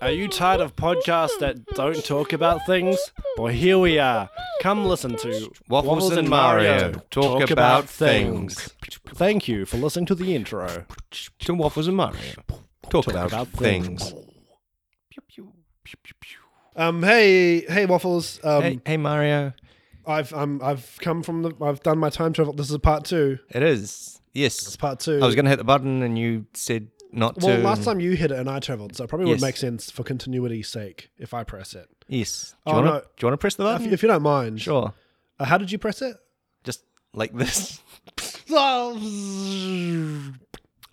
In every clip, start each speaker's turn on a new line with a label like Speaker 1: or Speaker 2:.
Speaker 1: Are you tired of podcasts that don't talk about things? Well, here we are. Come listen to
Speaker 2: Waffles and Mario talk about
Speaker 1: Thank you for listening to the intro.
Speaker 2: To waffles and Mario. Talk, about,
Speaker 1: about
Speaker 2: things.
Speaker 3: Um, hey, hey, waffles. Um,
Speaker 2: hey, hey, Mario.
Speaker 3: I've um, I've come from the. I've done my time travel. This is part two.
Speaker 2: It is. Yes.
Speaker 3: It's part two.
Speaker 2: I was going to hit the button and you said not
Speaker 3: Well,
Speaker 2: to.
Speaker 3: last time you hit it and I traveled, so it probably
Speaker 2: Yes.
Speaker 3: would make sense for continuity's sake if I press it.
Speaker 2: Yes. Do
Speaker 3: Oh,
Speaker 2: you wanna-
Speaker 3: no.
Speaker 2: do you want to press the
Speaker 3: If,
Speaker 2: button?
Speaker 3: if you don't mind,
Speaker 2: Mm-hmm. Sure.
Speaker 3: Uh, how did you press it?
Speaker 2: Just like this.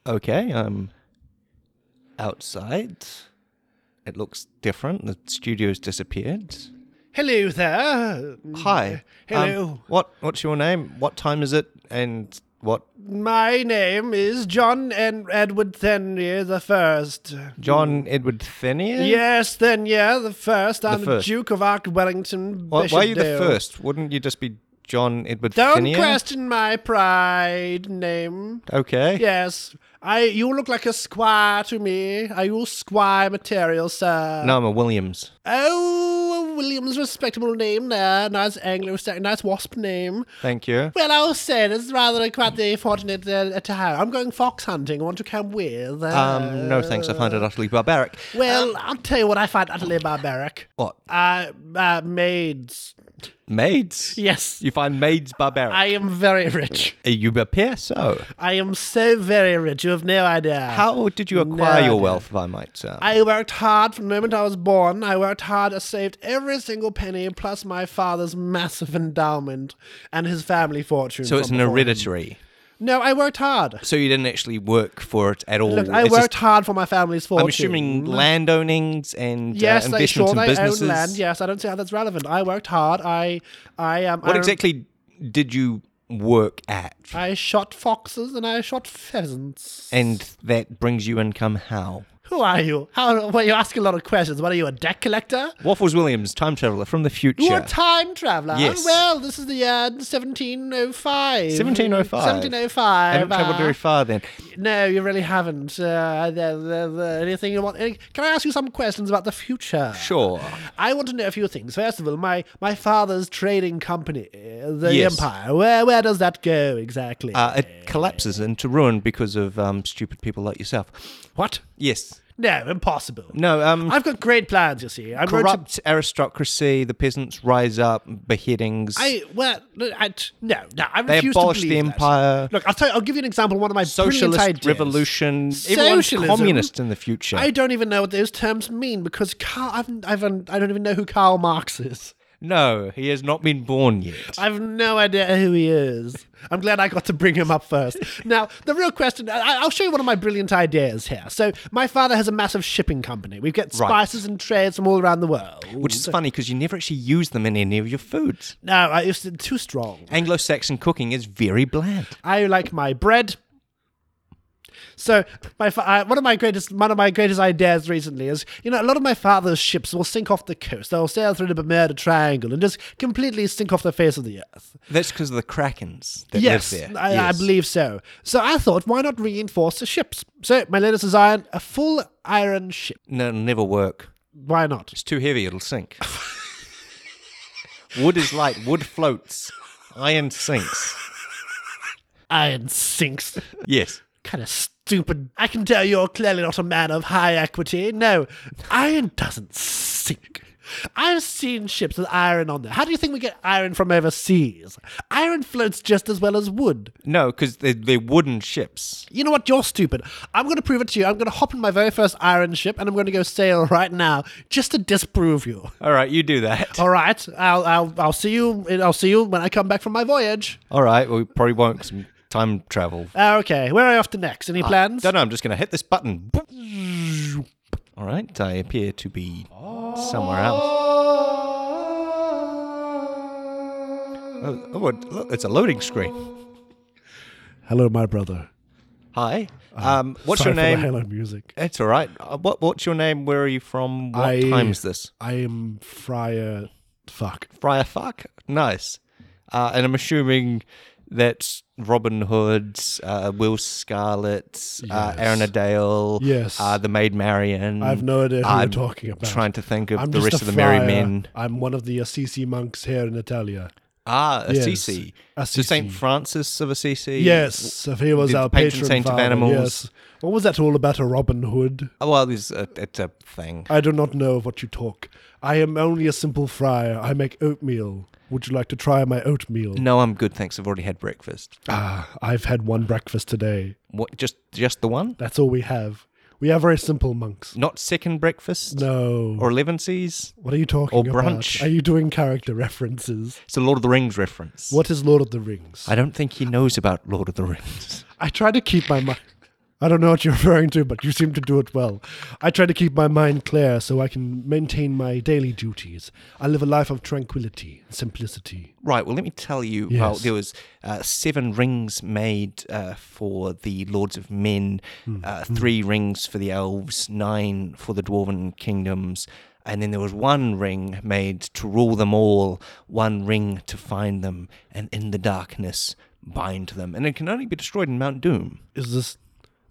Speaker 2: okay, I'm outside. It looks different. The studio's disappeared.
Speaker 3: Hello there.
Speaker 2: Hi. um,
Speaker 3: Hello.
Speaker 2: what What's your name? What time is it? And what
Speaker 3: My name is John and Edward Thenier the First.
Speaker 2: John Edward Thenier?
Speaker 3: Yes, Thenier the First. I'm the,
Speaker 2: first.
Speaker 3: Duke of Ark Wellington.
Speaker 2: Why, why are you the
Speaker 3: Bishopdale.
Speaker 2: first? Wouldn't you just be John Edward
Speaker 3: Don't
Speaker 2: Thenier?
Speaker 3: question my pride name.
Speaker 2: Okay.
Speaker 3: Yes. I you look like a squire to me. Are you squire material, sir?
Speaker 2: No, I'm a Williams.
Speaker 3: Oh William's respectable name there. Nice Anglo Saxon nice wasp name.
Speaker 2: Thank you.
Speaker 3: Well I'll say it's rather quite the fortunate uh, time. I'm going fox hunting. Want to come with? Uh,
Speaker 2: Um, no thanks. I find it utterly barbaric.
Speaker 3: Well, I'll tell you what I find utterly barbaric.
Speaker 2: What?
Speaker 3: Uh, uh maids.
Speaker 2: Maids?
Speaker 3: Yes.
Speaker 2: You find maids barbaric?
Speaker 3: I am very rich.
Speaker 2: Uh, you appear so.
Speaker 3: I am so very rich. You have no idea.
Speaker 2: How did you acquire your
Speaker 3: idea.
Speaker 2: wealth, if I might say?
Speaker 3: I worked hard from the moment I was born. I worked hard. I saved every single penny, plus my father's massive endowment and his family fortune.
Speaker 2: so it's
Speaker 3: from
Speaker 2: an
Speaker 3: before him.
Speaker 2: hereditary.
Speaker 3: No, I worked hard.
Speaker 2: So you didn't actually work for it at all.
Speaker 3: Look, I
Speaker 2: It's
Speaker 3: worked
Speaker 2: just-
Speaker 3: hard for my family's fortune.
Speaker 2: I'm assuming land ownings and uh,
Speaker 3: Yes, they
Speaker 2: investments
Speaker 3: sure
Speaker 2: in
Speaker 3: they
Speaker 2: businesses.
Speaker 3: own land. Yes, I don't see how that's relevant. I worked hard. I, I um,
Speaker 2: What
Speaker 3: I,
Speaker 2: exactly did you work at?
Speaker 3: I shot foxes and I shot pheasants.
Speaker 2: And that brings you income how?
Speaker 3: Who are you? How? Well, you ask a lot of questions. What are you, a debt collector?
Speaker 2: Waffles Williams, time traveler from the future.
Speaker 3: You're a time traveler.
Speaker 2: Yes.
Speaker 3: Well, this is the oh year 1705.
Speaker 2: 1705.
Speaker 3: 1705.
Speaker 2: I oh haven't traveled
Speaker 3: uh,
Speaker 2: very far then.
Speaker 3: No, you really haven't. Uh, the- the- the- anything you want? Any, can I ask you some questions about the future?
Speaker 2: Sure.
Speaker 3: I want to know a few things. First of all, my, my father's trading company, uh, the
Speaker 2: Yes.
Speaker 3: Empire. Where where does that go exactly?
Speaker 2: Uh, it collapses into ruin because of um, stupid people like yourself.
Speaker 3: what?
Speaker 2: Yes.
Speaker 3: No, impossible.
Speaker 2: No, um,
Speaker 3: I've got great plans. You see, I'm going to
Speaker 2: corrupt aristocracy, the peasants rise up, beheadings.
Speaker 3: I well, I, no, no, I
Speaker 2: They
Speaker 3: refuse
Speaker 2: abolished
Speaker 3: to
Speaker 2: the
Speaker 3: believe that.
Speaker 2: empire.
Speaker 3: Look, I'll tell you, I'll give you an example. of One of my
Speaker 2: Socialist
Speaker 3: brilliant ideas.
Speaker 2: revolution. Everyone's
Speaker 3: Socialism?
Speaker 2: communist in the future.
Speaker 3: I don't even know what those terms mean because Karl, I've, I've, I don't even know who Karl Marx is.
Speaker 2: no, he has not been born yet.
Speaker 3: I've no idea who he is. I'm glad I got to bring him up first. now, the real question I, I'll show you one of my brilliant ideas here. So, my father has a massive shipping company. We get
Speaker 2: Right.
Speaker 3: spices and trades from all around the world.
Speaker 2: Which is funny because you never actually use them in any of your foods.
Speaker 3: no, I, it's too strong.
Speaker 2: Anglo-Saxon cooking is very bland.
Speaker 3: I like my bread. So my fa- I, one of my greatest one of my greatest ideas recently is you know a lot of my father's ships will sink off the coast. They'll sail through the Bermuda Triangle and just completely sink off the face of the earth.
Speaker 2: That's because of the krakens that
Speaker 3: yes,
Speaker 2: live there.
Speaker 3: I, I
Speaker 2: Yes.
Speaker 3: believe so. So I thought, why not reinforce the ships? So my latest design: a full iron ship.
Speaker 2: No, it'll never work.
Speaker 3: Why not?
Speaker 2: It's too heavy, it'll sink. Wood is light, wood floats, iron sinks.
Speaker 3: Iron sinks.
Speaker 2: Yes.
Speaker 3: kind of stupid. I can tell you're clearly not a man of high equity. No, iron doesn't sink. I've seen ships with iron on them. How do you think we get iron from overseas? Iron floats just as well as wood.
Speaker 2: No, because they're, they're wooden ships.
Speaker 3: You know what? You're stupid. I'm going to prove it to you. I'm going to hop in my very first iron ship and I'm going to go sail right now just to disprove you.
Speaker 2: All right, you do that.
Speaker 3: All right. I'll, I'll, I'll see you. I'll see you when I come back from my voyage.
Speaker 2: All right, well, we probably won't 'cause I'm time travel.
Speaker 3: Uh, okay. Where are you off to next? Any plans?
Speaker 2: Uh, Don't know, I'm just going to hit this button. All right, I appear to be somewhere else. Oh, oh, it- look, it's a loading screen.
Speaker 3: Hello, my brother.
Speaker 2: Hi. Um, what's
Speaker 3: Sorry
Speaker 2: your
Speaker 3: for the
Speaker 2: name?
Speaker 3: Hello, music.
Speaker 2: It's all right. Uh, What What's your name? Where are you from? What
Speaker 3: I-
Speaker 2: time is this?
Speaker 3: I am Friar. Fuck.
Speaker 2: Friar Fuck. Nice. Uh, and I'm assuming that's Robin Hood, uh, Will Scarlet, uh, Aaron
Speaker 3: Yes.
Speaker 2: Adale,
Speaker 3: Yes.
Speaker 2: uh, the Maid Marian.
Speaker 3: I have no idea who
Speaker 2: I'm
Speaker 3: you're talking about.
Speaker 2: Trying to think of
Speaker 3: I'm
Speaker 2: the
Speaker 3: just
Speaker 2: rest
Speaker 3: a
Speaker 2: of the Merry
Speaker 3: friar.
Speaker 2: Men.
Speaker 3: I'm one of the Assisi monks here in Italia.
Speaker 2: Ah,
Speaker 3: Yes,
Speaker 2: Assisi. So
Speaker 3: Assisi.
Speaker 2: Saint Francis of Assisi.
Speaker 3: Yes, if he was
Speaker 2: the
Speaker 3: our
Speaker 2: patron
Speaker 3: patron
Speaker 2: saint of
Speaker 3: father,
Speaker 2: animals.
Speaker 3: Yes. What was that all about a Robin Hood?
Speaker 2: Oh, well, there's a, it's a thing.
Speaker 3: I do not know of what you talk. I am only a simple friar. I make oatmeal. Would you like to try my oatmeal?
Speaker 2: No, I'm good, thanks. I've already had breakfast.
Speaker 3: Ah, I've had one breakfast today.
Speaker 2: What? Just just the one?
Speaker 3: That's all we have. We are very simple monks.
Speaker 2: Not second breakfast
Speaker 3: No.
Speaker 2: or elevensies?
Speaker 3: what are you talking
Speaker 2: or
Speaker 3: about?
Speaker 2: brunch.
Speaker 3: Are you doing character references?
Speaker 2: It's a Lord of the Rings reference.
Speaker 3: What is Lord of the Rings?
Speaker 2: I don't think he knows about Lord of the Rings.
Speaker 3: I try to keep my mind. I don't know what you're referring to, but you seem to do it well. I try to keep my mind clear so I can maintain my daily duties. I live a life of tranquility and simplicity.
Speaker 2: Right. Well, let me tell you. Well,
Speaker 3: Yes.
Speaker 2: there was uh, seven rings made uh, for the lords of men,
Speaker 3: Hmm.
Speaker 2: uh, three rings for the elves, nine for the dwarven kingdoms, and then there was one ring made to rule them all, one ring to find them, and in the darkness bind them. And it can only be destroyed in Mount Doom.
Speaker 3: Is this.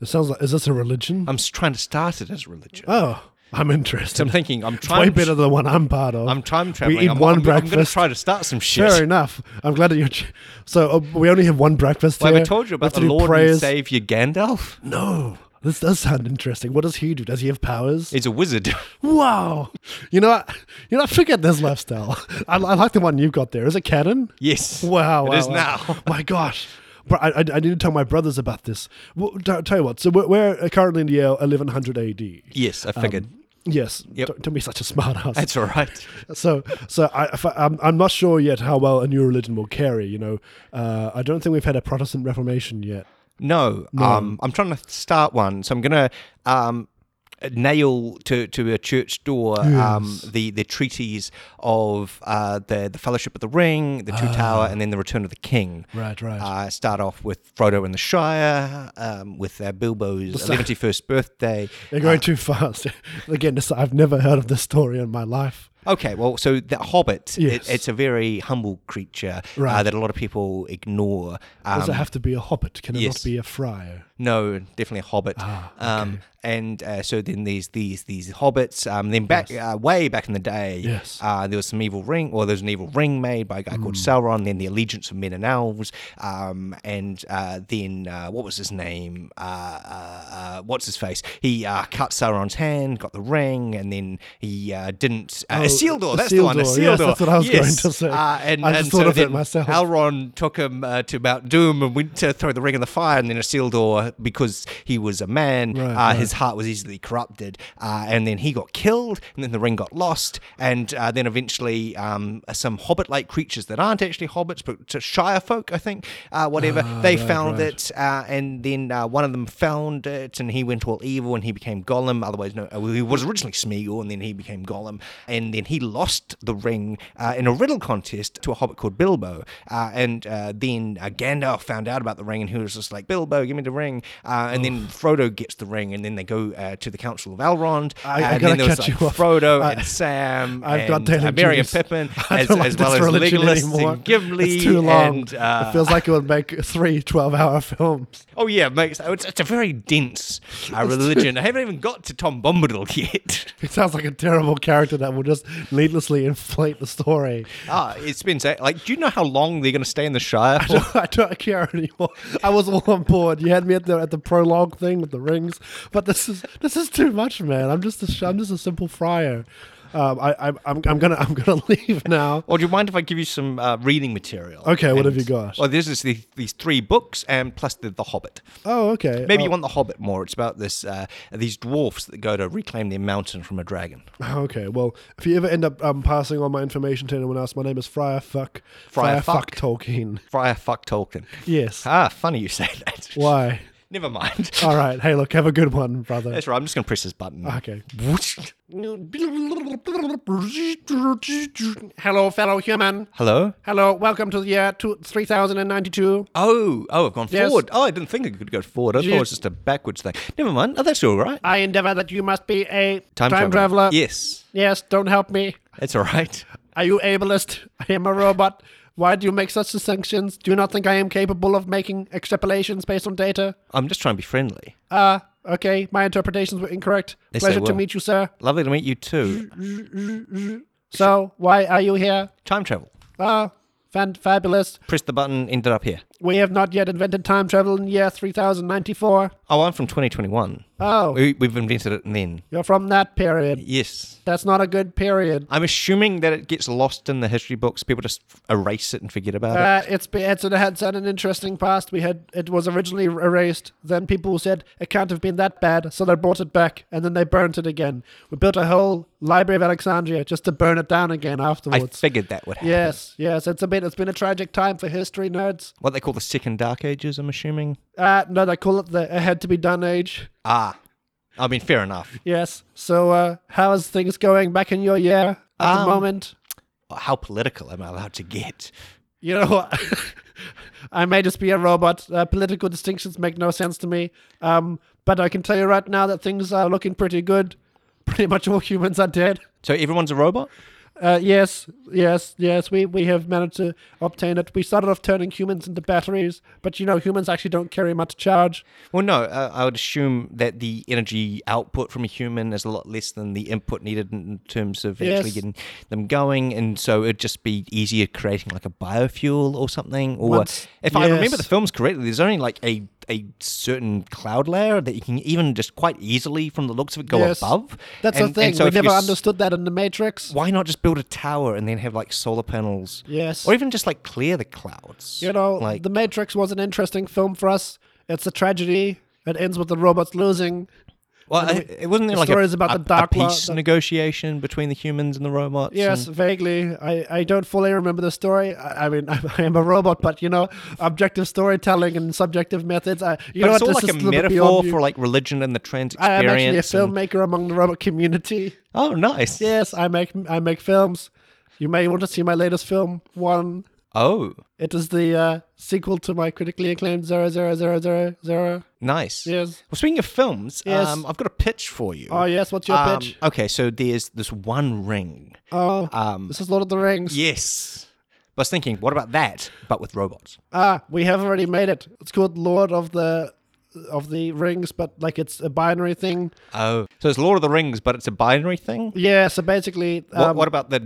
Speaker 3: It sounds like. Is this a religion?
Speaker 2: I'm s- trying to start it as religion.
Speaker 3: oh, I'm
Speaker 2: so I'm
Speaker 3: interested.
Speaker 2: thinking. I'm
Speaker 3: It's way
Speaker 2: trying.
Speaker 3: better than the one I'm part of.
Speaker 2: I'm time traveling.
Speaker 3: We eat
Speaker 2: I'm,
Speaker 3: one
Speaker 2: I'm, I'm going to
Speaker 3: breakfast.
Speaker 2: try to start some shit.
Speaker 3: Fair enough. I'm glad that you're. Ch- so uh, we only have one breakfast
Speaker 2: Well,
Speaker 3: here.
Speaker 2: I told you
Speaker 3: We have
Speaker 2: about the
Speaker 3: to do
Speaker 2: Lord and
Speaker 3: prayers.
Speaker 2: Savior Gandalf.
Speaker 3: No, this does sound interesting. What does he do? Does he have powers?
Speaker 2: He's a wizard.
Speaker 3: wow. You know, I, you know, I forget this lifestyle. I, I like the one you've got there. Is it canon?
Speaker 2: Yes.
Speaker 3: Wow.
Speaker 2: It
Speaker 3: wow,
Speaker 2: is
Speaker 3: wow.
Speaker 2: now.
Speaker 3: My gosh. But I, I, I need to tell my brothers about this. Well, t- tell you what. So we're, we're currently in the year 1100 AD.
Speaker 2: Yes, I figured.
Speaker 3: Um, Yes.
Speaker 2: Yep.
Speaker 3: Don't, don't be such a smartass.
Speaker 2: That's all right.
Speaker 3: so so I, if I- I'm, I'm not sure yet how well a new religion will carry you know uh, i don't think we've had a protestant reformation yet
Speaker 2: No, um, I'm trying to start one, so I'm gonna um, nail to, to a church door um, the the treaties of uh, the the Fellowship of the Ring, the Two Tower, and then the Return of the King.
Speaker 3: Ah. right right
Speaker 2: Uh, start off with Frodo and the Shire, um, with uh, Bilbo's seventy-first birthday.
Speaker 3: they're going too fast again this, i've never heard of this story in my life
Speaker 2: Okay, well, so the Hobbit,
Speaker 3: Yes.
Speaker 2: it, it's a very humble creature uh,
Speaker 3: Right.
Speaker 2: that a lot of people ignore. Um,
Speaker 3: does it have to be a hobbit can it
Speaker 2: yes.
Speaker 3: not be a friar
Speaker 2: No, definitely a hobbit.
Speaker 3: Ah,
Speaker 2: um, and uh, so then there's these these hobbits. Um, then back uh, way back in the day,
Speaker 3: Yes. Hmm.
Speaker 2: uh, there was some evil ring, or there was an evil ring made by a guy called Sauron. Then the allegiance of men and elves, um, and uh, then uh, what was his name? Uh, uh, uh, what's his face? He uh, cut Sauron's hand, got the ring, and then he uh, didn't. Uh,
Speaker 3: Oh,
Speaker 2: Isildur, that's the one.
Speaker 3: Isildur,
Speaker 2: Isildur.
Speaker 3: yes, that's what I was going
Speaker 2: Yes.
Speaker 3: to say.
Speaker 2: Uh, and,
Speaker 3: I just
Speaker 2: and
Speaker 3: thought
Speaker 2: so
Speaker 3: of it
Speaker 2: then
Speaker 3: myself.
Speaker 2: Elrond took him uh, to Mount Doom and went to throw the ring in the fire, and then Isildur, because he was a man,
Speaker 3: Right,
Speaker 2: uh,
Speaker 3: right.
Speaker 2: his heart was easily corrupted, uh, and then he got killed, and then the ring got lost, and uh, then eventually um, some hobbit-like creatures that aren't actually hobbits, but to Shire folk, I think, uh, whatever,
Speaker 3: Ah,
Speaker 2: they found it, uh, and then uh, one of them found it, and he went all evil, and he became Gollum. Otherwise, no, uh, he was originally Smeagol, and then he became Gollum, and then he lost the ring uh, in a riddle contest to a hobbit called Bilbo, uh, and uh, then uh, Gandalf found out about the ring, and he was just like, "Bilbo, give me the ring," uh, and then Frodo gets the ring, and then they go uh, to the Council of Elrond,
Speaker 3: I- I
Speaker 2: and
Speaker 3: gotta
Speaker 2: then there was
Speaker 3: cut
Speaker 2: like
Speaker 3: you off.
Speaker 2: Frodo
Speaker 3: I-
Speaker 2: and Sam,
Speaker 3: I've
Speaker 2: and,
Speaker 3: got daily
Speaker 2: uh, Merry and
Speaker 3: duties.
Speaker 2: Pippin,
Speaker 3: I
Speaker 2: as,
Speaker 3: don't like
Speaker 2: as well
Speaker 3: this
Speaker 2: as
Speaker 3: religion
Speaker 2: Legolas
Speaker 3: anymore.
Speaker 2: and Gimli,
Speaker 3: it's too long.
Speaker 2: and uh,
Speaker 3: it feels like it would make three 12 hour films.
Speaker 2: Oh yeah, mate. so It's, it's a very dense uh, religion. I haven't even got to Tom Bombadil yet.
Speaker 3: It sounds like a terrible character that will just needlessly inflate the story.
Speaker 2: ah, it's been sa- like, do you know how long they're going to stay in the Shire? For?
Speaker 3: I don't care anymore. I was all on board. You had me at the at the prologue thing with the rings, but this is this is too much, man. I'm just a, sh- I'm just a simple friar. Um, I, I'm I'm I'm gonna I'm gonna leave now.
Speaker 2: Or do you mind if I give you some uh, reading material?
Speaker 3: Okay, what have you got?
Speaker 2: Well, there's this, these, these three books, and plus the, the Hobbit.
Speaker 3: Oh, okay.
Speaker 2: Maybe you
Speaker 3: oh,
Speaker 2: want the Hobbit more. It's about this uh, these dwarfs that go to reclaim their mountain from a dragon.
Speaker 3: Okay. Well, if you ever end up um, passing on my information to anyone else, my name is Friar Fuck
Speaker 2: Friar
Speaker 3: Fuck
Speaker 2: Fuck.
Speaker 3: Tolkien.
Speaker 2: Friar fuck Tolkien.
Speaker 3: Yes.
Speaker 2: Ah, funny you say that.
Speaker 3: Why?
Speaker 2: Never mind.
Speaker 3: All right. Hey, look. Have a good one, brother.
Speaker 2: That's right. I'm just going to press this button.
Speaker 3: Oh. Okay.
Speaker 4: Hello, fellow human.
Speaker 2: Hello.
Speaker 4: Hello, welcome to the year two, 3092.
Speaker 2: Oh, oh, I've gone
Speaker 4: Yes.
Speaker 2: forward. Oh, I didn't think I could go forward. I thought it was just a backwards thing. Never mind. Oh, that's all right.
Speaker 4: I endeavor that you must be a time,
Speaker 2: Time, traveler.
Speaker 4: traveler.
Speaker 2: Yes,
Speaker 4: Yes, don't help me.
Speaker 2: that's all right.
Speaker 4: Are you ableist? I am a robot.
Speaker 3: Why do you make such distinctions? Do you not think I am capable of making extrapolations based on data?
Speaker 2: I'm just trying to be friendly.
Speaker 3: Ah, okay, my interpretations were incorrect.
Speaker 2: Yes, they
Speaker 3: Pleasure to
Speaker 2: were.
Speaker 3: meet you, sir.
Speaker 2: Lovely to meet you too.
Speaker 3: So, why are you here?
Speaker 2: Time travel.
Speaker 3: Ah, fan- fabulous.
Speaker 2: Press the button, ended up here.
Speaker 3: We have not yet invented time travel in year 3094.
Speaker 2: Oh, I'm from 2021.
Speaker 3: Oh,
Speaker 2: We, we've invented it and then.
Speaker 3: you're from that period.
Speaker 2: Yes.
Speaker 3: That's not a good period.
Speaker 2: I'm assuming that it gets lost in the history books. People just erase it and forget about it.
Speaker 3: Uh, it's be- it's it had had an interesting past. We had it was originally erased. Then people said it can't have been that bad, so they brought it back, and then they burnt it again. We built a whole library of Alexandria just to burn it down again
Speaker 2: I
Speaker 3: afterwards.
Speaker 2: figured that would happen.
Speaker 3: yes, yes, it's a bit. It's been a tragic time for history nerds.
Speaker 2: What they call the second dark ages, I'm assuming.
Speaker 3: Uh, no, they call it the it had to be done age.
Speaker 2: Ah. I mean, fair enough.
Speaker 3: Yes. So uh, how is things going back in your year at
Speaker 2: Um,
Speaker 3: the moment?
Speaker 2: How political am I allowed to get?
Speaker 3: You know what? I may just be a robot. Uh, political distinctions make no sense to me. Um, but I can tell you right now that things are looking pretty good. Pretty much all humans are dead.
Speaker 2: So everyone's a robot?
Speaker 3: Uh, yes, yes, yes. We we have managed to obtain it. We started off turning humans into batteries, but you know humans actually don't carry much charge.
Speaker 2: Well, no, uh, I would assume that the energy output from a human is a lot less than the input needed in in terms of actually
Speaker 3: Yes.
Speaker 2: getting them going, and so it'd just be easier creating like a biofuel or something. Or
Speaker 3: Once-
Speaker 2: if I remember
Speaker 3: yes.
Speaker 2: the films correctly, there's only like a a certain cloud layer that you can even just quite easily, from the looks of it, go
Speaker 3: Yes.
Speaker 2: above.
Speaker 3: That's
Speaker 2: and,
Speaker 3: the thing.
Speaker 2: And so
Speaker 3: we
Speaker 2: if you
Speaker 3: never
Speaker 2: s-
Speaker 3: understood that in the Matrix.
Speaker 2: Why not just build a tower and then have like solar panels?
Speaker 3: Yes.
Speaker 2: Or even just like clear the clouds.
Speaker 3: You know,
Speaker 2: like
Speaker 3: the Matrix was an interesting film for us. It's a tragedy. It ends with the robots losing.
Speaker 2: Well, I, it wasn't there
Speaker 3: the
Speaker 2: like a,
Speaker 3: stories about
Speaker 2: a-
Speaker 3: the Dark
Speaker 2: a
Speaker 3: Lord-
Speaker 2: peace
Speaker 3: the-
Speaker 2: negotiation between the humans and the robots.
Speaker 3: Yes,
Speaker 2: and-
Speaker 3: vaguely. I, I don't fully remember the story. I, I mean, I, am a robot, but you know, objective storytelling and subjective methods. I, you
Speaker 2: but
Speaker 3: know
Speaker 2: it's all
Speaker 3: what, this
Speaker 2: like a
Speaker 3: is little bit
Speaker 2: metaphor
Speaker 3: beyond you.
Speaker 2: for like religion and the trans
Speaker 3: I am actually a
Speaker 2: experience. and-
Speaker 3: filmmaker among the robot community.
Speaker 2: oh, nice.
Speaker 3: Yes, I make I make films. You may want to see my latest film, one.
Speaker 2: Oh,
Speaker 3: It is the uh, sequel to my critically acclaimed Zero Zero Zero Zero Zero.
Speaker 2: nice.
Speaker 3: Yes.
Speaker 2: Well, speaking of films,
Speaker 3: Yes.
Speaker 2: um, I've got a pitch for you.
Speaker 3: Oh yes, what's your
Speaker 2: Um,
Speaker 3: pitch?
Speaker 2: Okay, so there's this one ring.
Speaker 3: Oh,
Speaker 2: Um,
Speaker 3: this is Lord of the Rings.
Speaker 2: yes. I was thinking, what about that, but with robots?
Speaker 3: Ah, we have already made it. It's called Lord of the of the Rings, but like it's a binary thing.
Speaker 2: Oh, so it's Lord of the Rings, but it's a binary thing.
Speaker 3: Yeah, so basically,
Speaker 2: What,
Speaker 3: um,
Speaker 2: what about the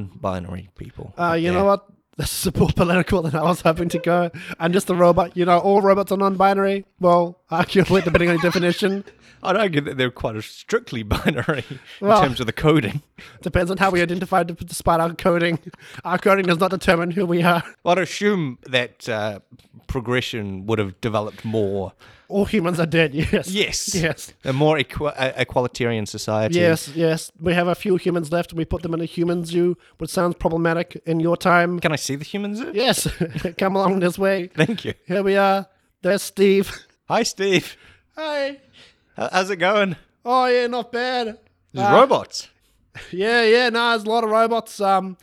Speaker 2: non-binary people?
Speaker 3: uh,
Speaker 2: out
Speaker 3: you
Speaker 2: there?
Speaker 3: know what? This is more political than I was hoping to go. I'm just a robot. You know, all robots are non-binary. Well, arguably, depending on your definition,
Speaker 2: I'd argue that they're quite a strictly binary
Speaker 3: Well-
Speaker 2: in terms of the coding.
Speaker 3: depends on how we identify. d- Despite our coding, our coding does not determine who we are.
Speaker 2: Well, I'd assume that uh, progression would have developed more.
Speaker 3: All humans are dead. Yes.
Speaker 2: Yes.
Speaker 3: Yes.
Speaker 2: A more equi- uh, equalitarian society.
Speaker 3: Yes, yes. We have a few humans left. We put them in a human zoo, which sounds problematic in your time.
Speaker 2: Can I see the humans?
Speaker 3: Yes, come along this way.
Speaker 2: Thank you.
Speaker 3: Here we are. There's Steve.
Speaker 2: Hi, Steve.
Speaker 3: Hey.
Speaker 2: How- How's it going?
Speaker 3: Oh yeah, not bad.
Speaker 2: There's robots.
Speaker 3: Yeah, yeah. No, there's a lot of robots. Um,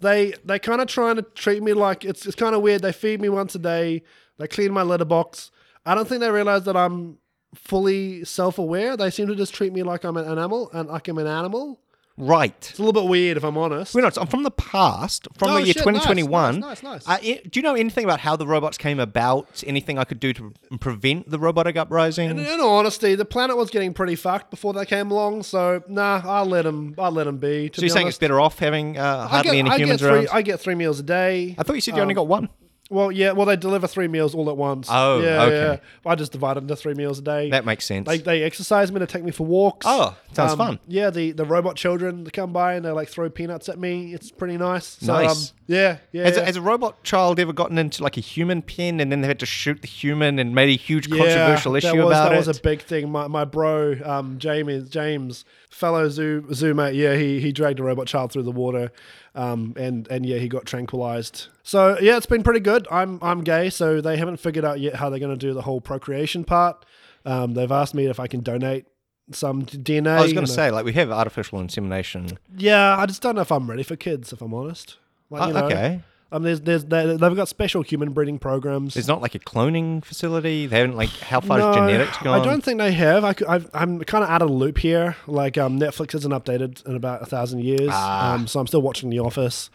Speaker 3: they they kind of trying to treat me like it's it's kind of weird. They feed me once a day. They clean my letterbox. I don't think they realize that I'm fully self aware. They seem to just treat me like I'm an animal and like I'm an animal.
Speaker 2: Right.
Speaker 3: It's a little bit weird if I'm honest.
Speaker 2: We're not. I'm from the past, from
Speaker 3: Oh,
Speaker 2: the year
Speaker 3: shit, nice,
Speaker 2: 2021.
Speaker 3: nice, nice, nice.
Speaker 2: Uh, i- do you know anything about how the robots came about? Anything I could do to prevent the robotic uprising?
Speaker 3: In all honesty, the planet was getting pretty fucked before they came along. So nah, I'll let them. I'll let them be. To
Speaker 2: So you're
Speaker 3: be
Speaker 2: saying it's
Speaker 3: honest.
Speaker 2: better off having uh,
Speaker 3: I
Speaker 2: hardly
Speaker 3: get,
Speaker 2: any
Speaker 3: I
Speaker 2: humans
Speaker 3: get three,
Speaker 2: around?
Speaker 3: I get three meals a day.
Speaker 2: I thought you said you only got one.
Speaker 3: Well, yeah. Well, they deliver three meals all at once.
Speaker 2: Oh,
Speaker 3: yeah,
Speaker 2: okay.
Speaker 3: yeah. I just divide it into three meals a day.
Speaker 2: That makes sense.
Speaker 3: They, they exercise me. They take me for walks. Um,
Speaker 2: Oh, sounds fun.
Speaker 3: Yeah, the, the robot children they come by and they like throw peanuts at me. It's pretty nice. So,
Speaker 2: Nice.
Speaker 3: Um, yeah, yeah.
Speaker 2: Has,
Speaker 3: yeah.
Speaker 2: a, has a robot child ever gotten into like a human pen and then they had to shoot the human and made a huge
Speaker 3: Yeah,
Speaker 2: controversial
Speaker 3: that
Speaker 2: issue
Speaker 3: was,
Speaker 2: about
Speaker 3: that
Speaker 2: it?
Speaker 3: was a big thing. My, my bro, um, James, James, fellow zoo zoo mate, yeah, he he dragged a robot child through the water, um, and and yeah, he got tranquilized. So yeah, it's been pretty good. I'm I'm gay, so they haven't figured out yet how they're going to do the whole procreation part. Um, they've asked me if I can donate some d- DNA.
Speaker 2: I was going
Speaker 3: to
Speaker 2: to say like we have artificial insemination.
Speaker 3: yeah, I just don't know if I'm ready for kids, if I'm honest. Like,
Speaker 2: Oh,
Speaker 3: you know,
Speaker 2: okay.
Speaker 3: Um, there's there's they, they've got special human breeding programs.
Speaker 2: There's not like a cloning facility. They haven't like how far
Speaker 3: No,
Speaker 2: is genetics gone?
Speaker 3: I don't think they have. I, am kind of out of the loop here.
Speaker 2: Ah.
Speaker 3: Like um, Netflix isn't updated in about a thousand years, um, so I'm still watching The Office.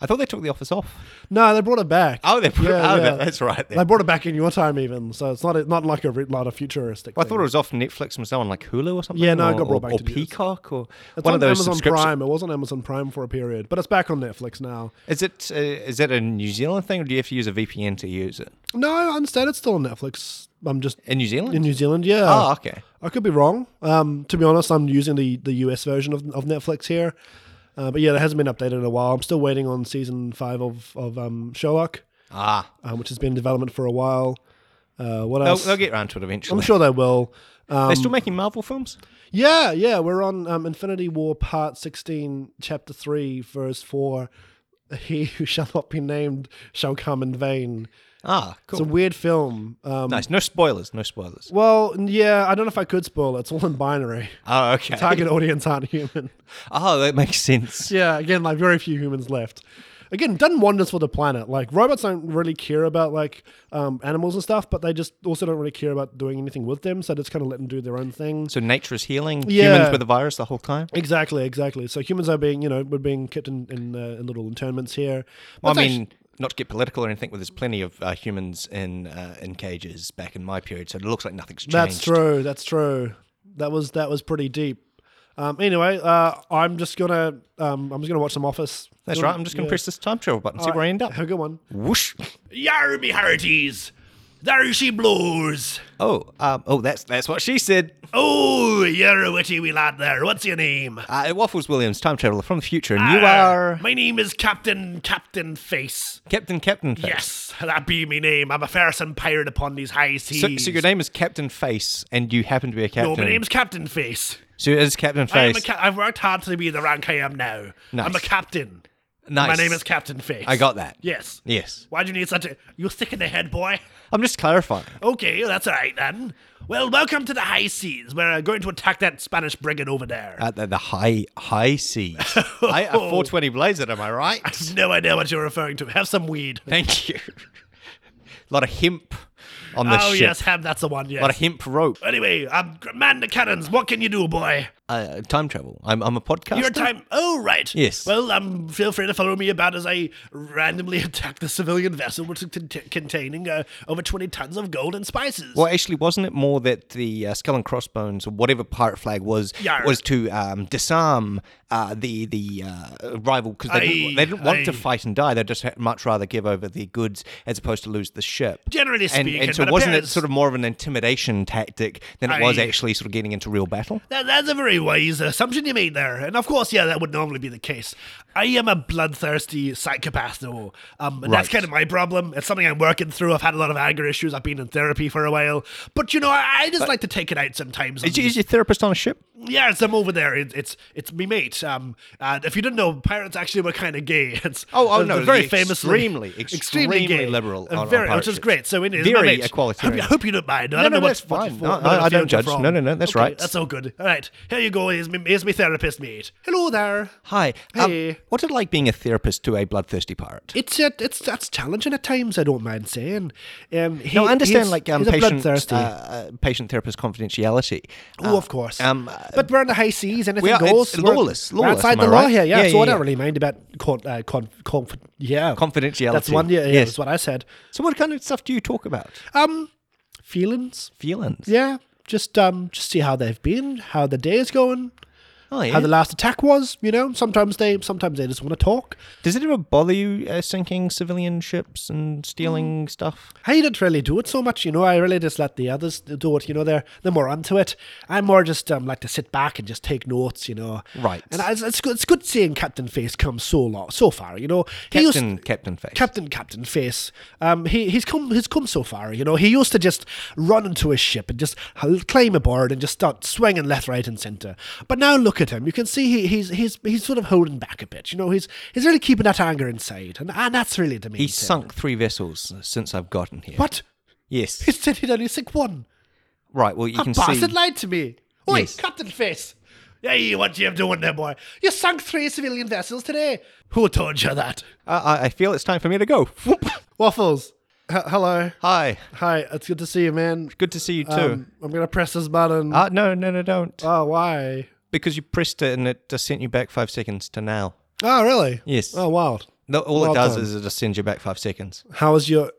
Speaker 2: I thought they took the office off.
Speaker 3: No, they brought it back.
Speaker 2: Oh, they put it.
Speaker 3: Yeah,
Speaker 2: Oh,
Speaker 3: yeah.
Speaker 2: that- that's right. Then.
Speaker 3: They brought it back in your time, even. So it's not not like a re- like a futuristic.
Speaker 2: Well, I
Speaker 3: thing.
Speaker 2: thought it was off Netflix from someone like Hulu or something.
Speaker 3: Yeah, no,
Speaker 2: or,
Speaker 3: it got brought
Speaker 2: or-
Speaker 3: back
Speaker 2: Or
Speaker 3: to the US.
Speaker 2: Peacock or
Speaker 3: It's
Speaker 2: one
Speaker 3: on
Speaker 2: of those
Speaker 3: Amazon
Speaker 2: subscription.
Speaker 3: Prime. It was on Amazon Prime for a period, but it's back on Netflix now.
Speaker 2: Is it uh, is that a New Zealand thing, or do you have to use a VPN to use it
Speaker 3: No, I understand it's still on Netflix. I'm just
Speaker 2: in New Zealand?
Speaker 3: in New Zealand. Yeah.
Speaker 2: oh, okay.
Speaker 3: I could be wrong. Um, to be honest, I'm using the, the US version of, of Netflix here. Uh, but yeah, it hasn't been updated in a while. I'm still waiting on season five of, of um, Sherlock,
Speaker 2: Ah,
Speaker 3: um, which has been in development for a while. Uh, what
Speaker 2: they'll,
Speaker 3: else?
Speaker 2: they'll get around to it eventually.
Speaker 3: I'm sure they will. Um,
Speaker 2: They're still making Marvel films.
Speaker 3: yeah, yeah, we're on um, Infinity War Part 16, Chapter 3, Verse 4. He who shall not be named shall come in vain.
Speaker 2: Ah, cool.
Speaker 3: It's a weird film. Um,
Speaker 2: nice. No spoilers. No spoilers.
Speaker 3: Well, yeah, I don't know if I could spoil it. It's all in binary.
Speaker 2: Oh, okay.
Speaker 3: Target audience aren't human.
Speaker 2: Oh, that makes sense.
Speaker 3: Yeah, again, like very few humans left. Again, done wonders for the planet. Like robots don't really care about like um, animals and stuff, but they just also don't really care about doing anything with them. So just kind of let them do their own thing.
Speaker 2: So nature is healing.
Speaker 3: Yeah.
Speaker 2: Humans were the virus the whole time.
Speaker 3: Exactly, exactly. So humans are being, you know, we're being kept in in, uh, in little internments here.
Speaker 2: Well, I
Speaker 3: That's
Speaker 2: mean, not to get political or anything, but there's plenty of uh, humans in uh, in cages back in my period, so it looks like nothing's changed.
Speaker 3: That's true. That's true. That was that was pretty deep. Um, anyway, uh, I'm just gonna um, I'm just gonna watch some Office.
Speaker 2: That's right. I'm just going to press this time travel button, see where I end up.
Speaker 3: Have a good one.
Speaker 2: Whoosh.
Speaker 5: Yar me hearties! There she blows!
Speaker 2: Oh, um, oh, that's that's what she said.
Speaker 5: Oh, you're a witty wee lad there. What's your name?
Speaker 2: Uh, Waffles Williams, time traveler from the future, and
Speaker 3: Uh,
Speaker 2: you
Speaker 5: Arr,
Speaker 2: are
Speaker 5: My name is Captain Captain Face.
Speaker 2: Captain Captain Face.
Speaker 5: Yes, that be me name. I'm a fearsome pirate upon these high seas.
Speaker 2: So, so your name is Captain Face, and you happen to be a
Speaker 5: No,
Speaker 2: captain.
Speaker 5: my name's Captain Face.
Speaker 2: so it is Captain
Speaker 5: I am a
Speaker 2: Face.
Speaker 5: ca- I've worked hard to be the rank I am now. I'm a
Speaker 2: Nice.
Speaker 5: captain.
Speaker 2: nice.
Speaker 5: My name is Captain Face.
Speaker 2: I got that.
Speaker 5: Yes.
Speaker 2: Yes.
Speaker 5: Why do you need such a. You're sick in the head, boy?
Speaker 2: I'm just clarifying.
Speaker 5: Okay, that's all right then. Well, welcome to the high seas. We're going to attack that Spanish brigand over there.
Speaker 2: At the, the high high seas. I, a 420 blazer, am I right?
Speaker 5: no idea what you're referring to. Have some weed.
Speaker 2: Thank you. a lot of hemp on the
Speaker 5: oh,
Speaker 2: ship.
Speaker 5: yes, Ham, that's the one,
Speaker 2: A lot
Speaker 5: yes.
Speaker 2: of hemp rope.
Speaker 5: Anyway, um, man the cannons, what can you do, boy?
Speaker 2: Uh, time travel. I'm, I'm a podcaster.
Speaker 5: Your time. Oh, right.
Speaker 2: Yes.
Speaker 5: Well, um, feel free to follow me about as I randomly attack the civilian vessel, which is cont- containing uh, over 20 tons of gold and spices.
Speaker 2: Well, actually, wasn't it more that the uh, skull and crossbones or whatever pirate flag was
Speaker 5: Yar.
Speaker 2: was to um, disarm uh, the the uh, rival because
Speaker 5: Aye,
Speaker 2: they, didn't, they didn't want to
Speaker 5: aye.
Speaker 2: fight and die. They'd just ha- much rather give over the goods as opposed to lose the ship.
Speaker 5: Generally
Speaker 2: and,
Speaker 5: speaking,
Speaker 2: and so
Speaker 5: but
Speaker 2: wasn't it
Speaker 5: appearance-
Speaker 2: sort of more of an intimidation tactic than it was
Speaker 5: Aye.
Speaker 2: actually sort of getting into real battle?
Speaker 5: That, that's a very wise assumption you made there. And of course, yeah, that would normally be the case. I am a bloodthirsty psychopath, though. Um, and that's
Speaker 2: Right.
Speaker 5: kind of my problem. It's something I'm working through. I've had a lot of anger issues. I've been in therapy for a while. But, you know, I, I just like to take it out sometimes. on
Speaker 2: Is,
Speaker 3: Mm-hmm.
Speaker 2: you-
Speaker 5: these-
Speaker 2: is your therapist on a ship?
Speaker 5: yeah, it's them over there. It, it's it's me mate. Um, and if you didn't know, pirates actually were kind of gay. It's,
Speaker 2: Oh, oh,
Speaker 5: it's
Speaker 2: no,
Speaker 5: very
Speaker 2: the
Speaker 5: famously,
Speaker 2: extremely, extremely liberal
Speaker 5: and
Speaker 2: on- on
Speaker 5: very,
Speaker 2: pirate
Speaker 5: which is
Speaker 2: ships.
Speaker 5: great. So it is
Speaker 2: Very
Speaker 5: my mate.
Speaker 2: equalitarian.
Speaker 5: Hope, you- hope you don't mind. I
Speaker 2: No,
Speaker 5: don't
Speaker 2: no,
Speaker 5: know what-
Speaker 2: that's
Speaker 5: what you're
Speaker 2: fine.
Speaker 5: for-
Speaker 2: No,
Speaker 5: what
Speaker 2: I- I
Speaker 5: field
Speaker 2: don't
Speaker 5: you're
Speaker 2: judge.
Speaker 5: from.
Speaker 2: No, no, no, that's
Speaker 5: Okay,
Speaker 2: right.
Speaker 5: That's all good. All right, here you go. Here's me, here's me therapist mate. Hello there.
Speaker 2: Hi. Um,
Speaker 3: Hey.
Speaker 2: what's it like being a therapist to a bloodthirsty pirate?
Speaker 3: It's uh, it's that's challenging at times. I don't mind saying. Um, he,
Speaker 2: No, I understand
Speaker 3: he's-
Speaker 2: like um,
Speaker 3: he's a
Speaker 2: patient, uh,
Speaker 3: bloodthirsty.
Speaker 2: uh, patient therapist confidentiality.
Speaker 3: oh,
Speaker 2: Uh,
Speaker 3: of course.
Speaker 2: Um, uh,
Speaker 3: but we're in the high seas. Anything
Speaker 2: we are-
Speaker 3: goes.
Speaker 2: it's
Speaker 3: We're-
Speaker 2: lawless,
Speaker 3: we're
Speaker 2: lawless,
Speaker 3: outside
Speaker 2: am
Speaker 3: the
Speaker 2: I
Speaker 3: law
Speaker 2: right?
Speaker 3: here. Yeah,
Speaker 2: Yeah,
Speaker 3: so
Speaker 2: yeah,
Speaker 3: I don't
Speaker 2: yeah.
Speaker 3: really mind about con- uh, con- conf- yeah
Speaker 2: Confidentiality.
Speaker 3: That's one. Yeah, yeah
Speaker 2: Yes.
Speaker 3: that's what I said.
Speaker 2: so, what kind of stuff do you talk about?
Speaker 3: Um, feelings.
Speaker 2: Feelings.
Speaker 3: Yeah, just um, just see how they've been, how the day is going,
Speaker 2: Oh, yeah.
Speaker 3: how the last attack was. You know, sometimes they sometimes they just want to talk.
Speaker 2: Does it ever bother you uh, sinking civilian ships and stealing stuff?
Speaker 3: I didn't really do it so much, you know. I really just let the others do it. You know, they're they're more onto it. I'm more just um like to sit back and just take notes. You know,
Speaker 2: Right.
Speaker 3: And I, it's, it's good. It's good seeing Captain Face come so long, so far. You know, He used-
Speaker 2: Captain, Captain Face.
Speaker 3: Captain Captain Face. Um, he he's come he's come so far. You know, he used to just run into his ship and just h- climb aboard and just start swinging left, right, and centre. But now look at him. You can see he, he's he's he's sort of holding back a bit. You know, he's he's really keeping that anger inside, and and that's really the main.
Speaker 2: He's
Speaker 3: thing.
Speaker 2: sunk three vessels since I've gotten here.
Speaker 3: What?
Speaker 2: Yes.
Speaker 3: He said he'd only sink one.
Speaker 2: right. Well, you
Speaker 3: That
Speaker 2: can
Speaker 3: bastard
Speaker 2: see.
Speaker 3: lied to me. Oi,
Speaker 2: Yes.
Speaker 3: Captain Face.
Speaker 5: Hey, what you doing there, boy?
Speaker 3: You sunk three civilian vessels today.
Speaker 5: Who told you that?
Speaker 2: Uh, I, I feel it's time for me to go.
Speaker 3: Waffles. H- hello.
Speaker 2: Hi.
Speaker 3: Hi, it's good to see you, man.
Speaker 2: Good to see you too.
Speaker 3: Um, I'm going to press this button.
Speaker 2: uh, no, no, no, don't.
Speaker 3: oh, why?
Speaker 2: because you pressed it and it just sent you back five seconds to now.
Speaker 3: Oh, really?
Speaker 2: Yes.
Speaker 3: Oh, wild.
Speaker 2: No, all
Speaker 4: Well
Speaker 2: it does
Speaker 4: done.
Speaker 2: is it just sends you back five seconds.
Speaker 4: How is your?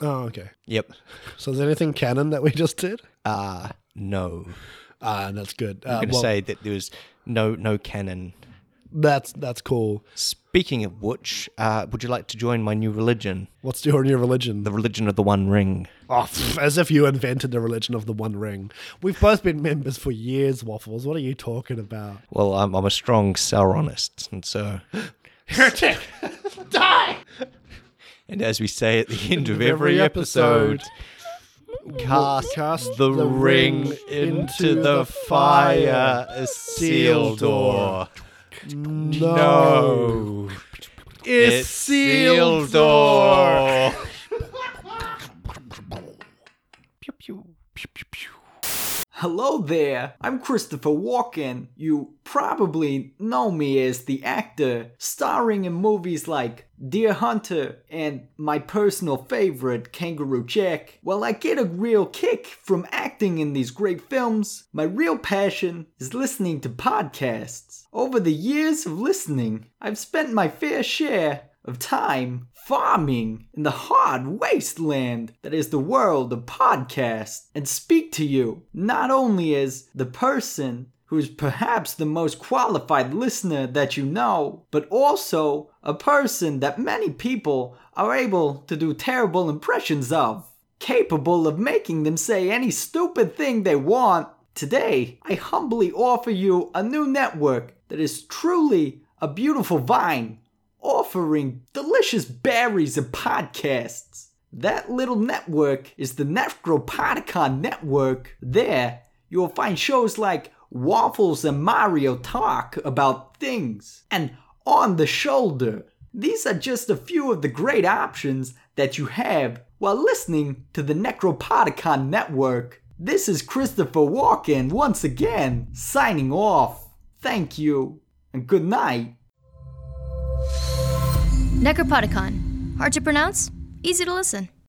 Speaker 4: Oh, okay.
Speaker 2: Yep.
Speaker 4: So is there anything canon that we just did?
Speaker 2: Uh no.
Speaker 4: Ah, that's good. Uh,
Speaker 2: I'm gonna
Speaker 4: well,
Speaker 2: say that there was no no canon.
Speaker 4: that's that's cool.
Speaker 2: Speaking of which, uh, would you like to join my new religion,
Speaker 4: What's your new religion?
Speaker 2: the religion of the One Ring?
Speaker 4: Oh, pff, as if you invented the religion of the One Ring. We've both been members for years, Waffles. What are you talking about?
Speaker 2: Well, I'm, I'm a strong Sauronist, and so
Speaker 3: Heretic! Die!
Speaker 2: and as we say at the end of every,
Speaker 4: every
Speaker 2: episode,
Speaker 4: episode,
Speaker 2: cast,
Speaker 4: cast
Speaker 2: the,
Speaker 4: the
Speaker 2: ring
Speaker 4: ring
Speaker 2: into
Speaker 4: into
Speaker 2: the
Speaker 4: the
Speaker 2: fire, a
Speaker 4: Seal
Speaker 2: seal door. Oh.
Speaker 4: No.
Speaker 2: It's seal door.
Speaker 6: Hello there, I'm Christopher Walken. You probably know me as the actor, starring in movies like Deer Hunter and my personal favorite, Kangaroo Jack. While I get a real kick from acting in these great films, my real passion is listening to podcasts. Over the years of listening, I've spent my fair share of time farming in the hard wasteland that is the world of podcasts and speak to you not only as the person who is perhaps the most qualified listener that you know, but also a person that many people are able to do terrible impressions of, capable of making them say any stupid thing they want. Today, I humbly offer you a new network that is truly a beautiful vine offering delicious berries and podcasts. That little network is the Necropodicon Network. There, you will find shows like Waffles and Mario Talk about things and On the Shoulder. These are just a few of the great options that you have while listening to the Necropodicon Network. This is Christopher Walken once again signing off. Thank you and good night.
Speaker 7: Necropodicon. Hard to pronounce, easy to listen.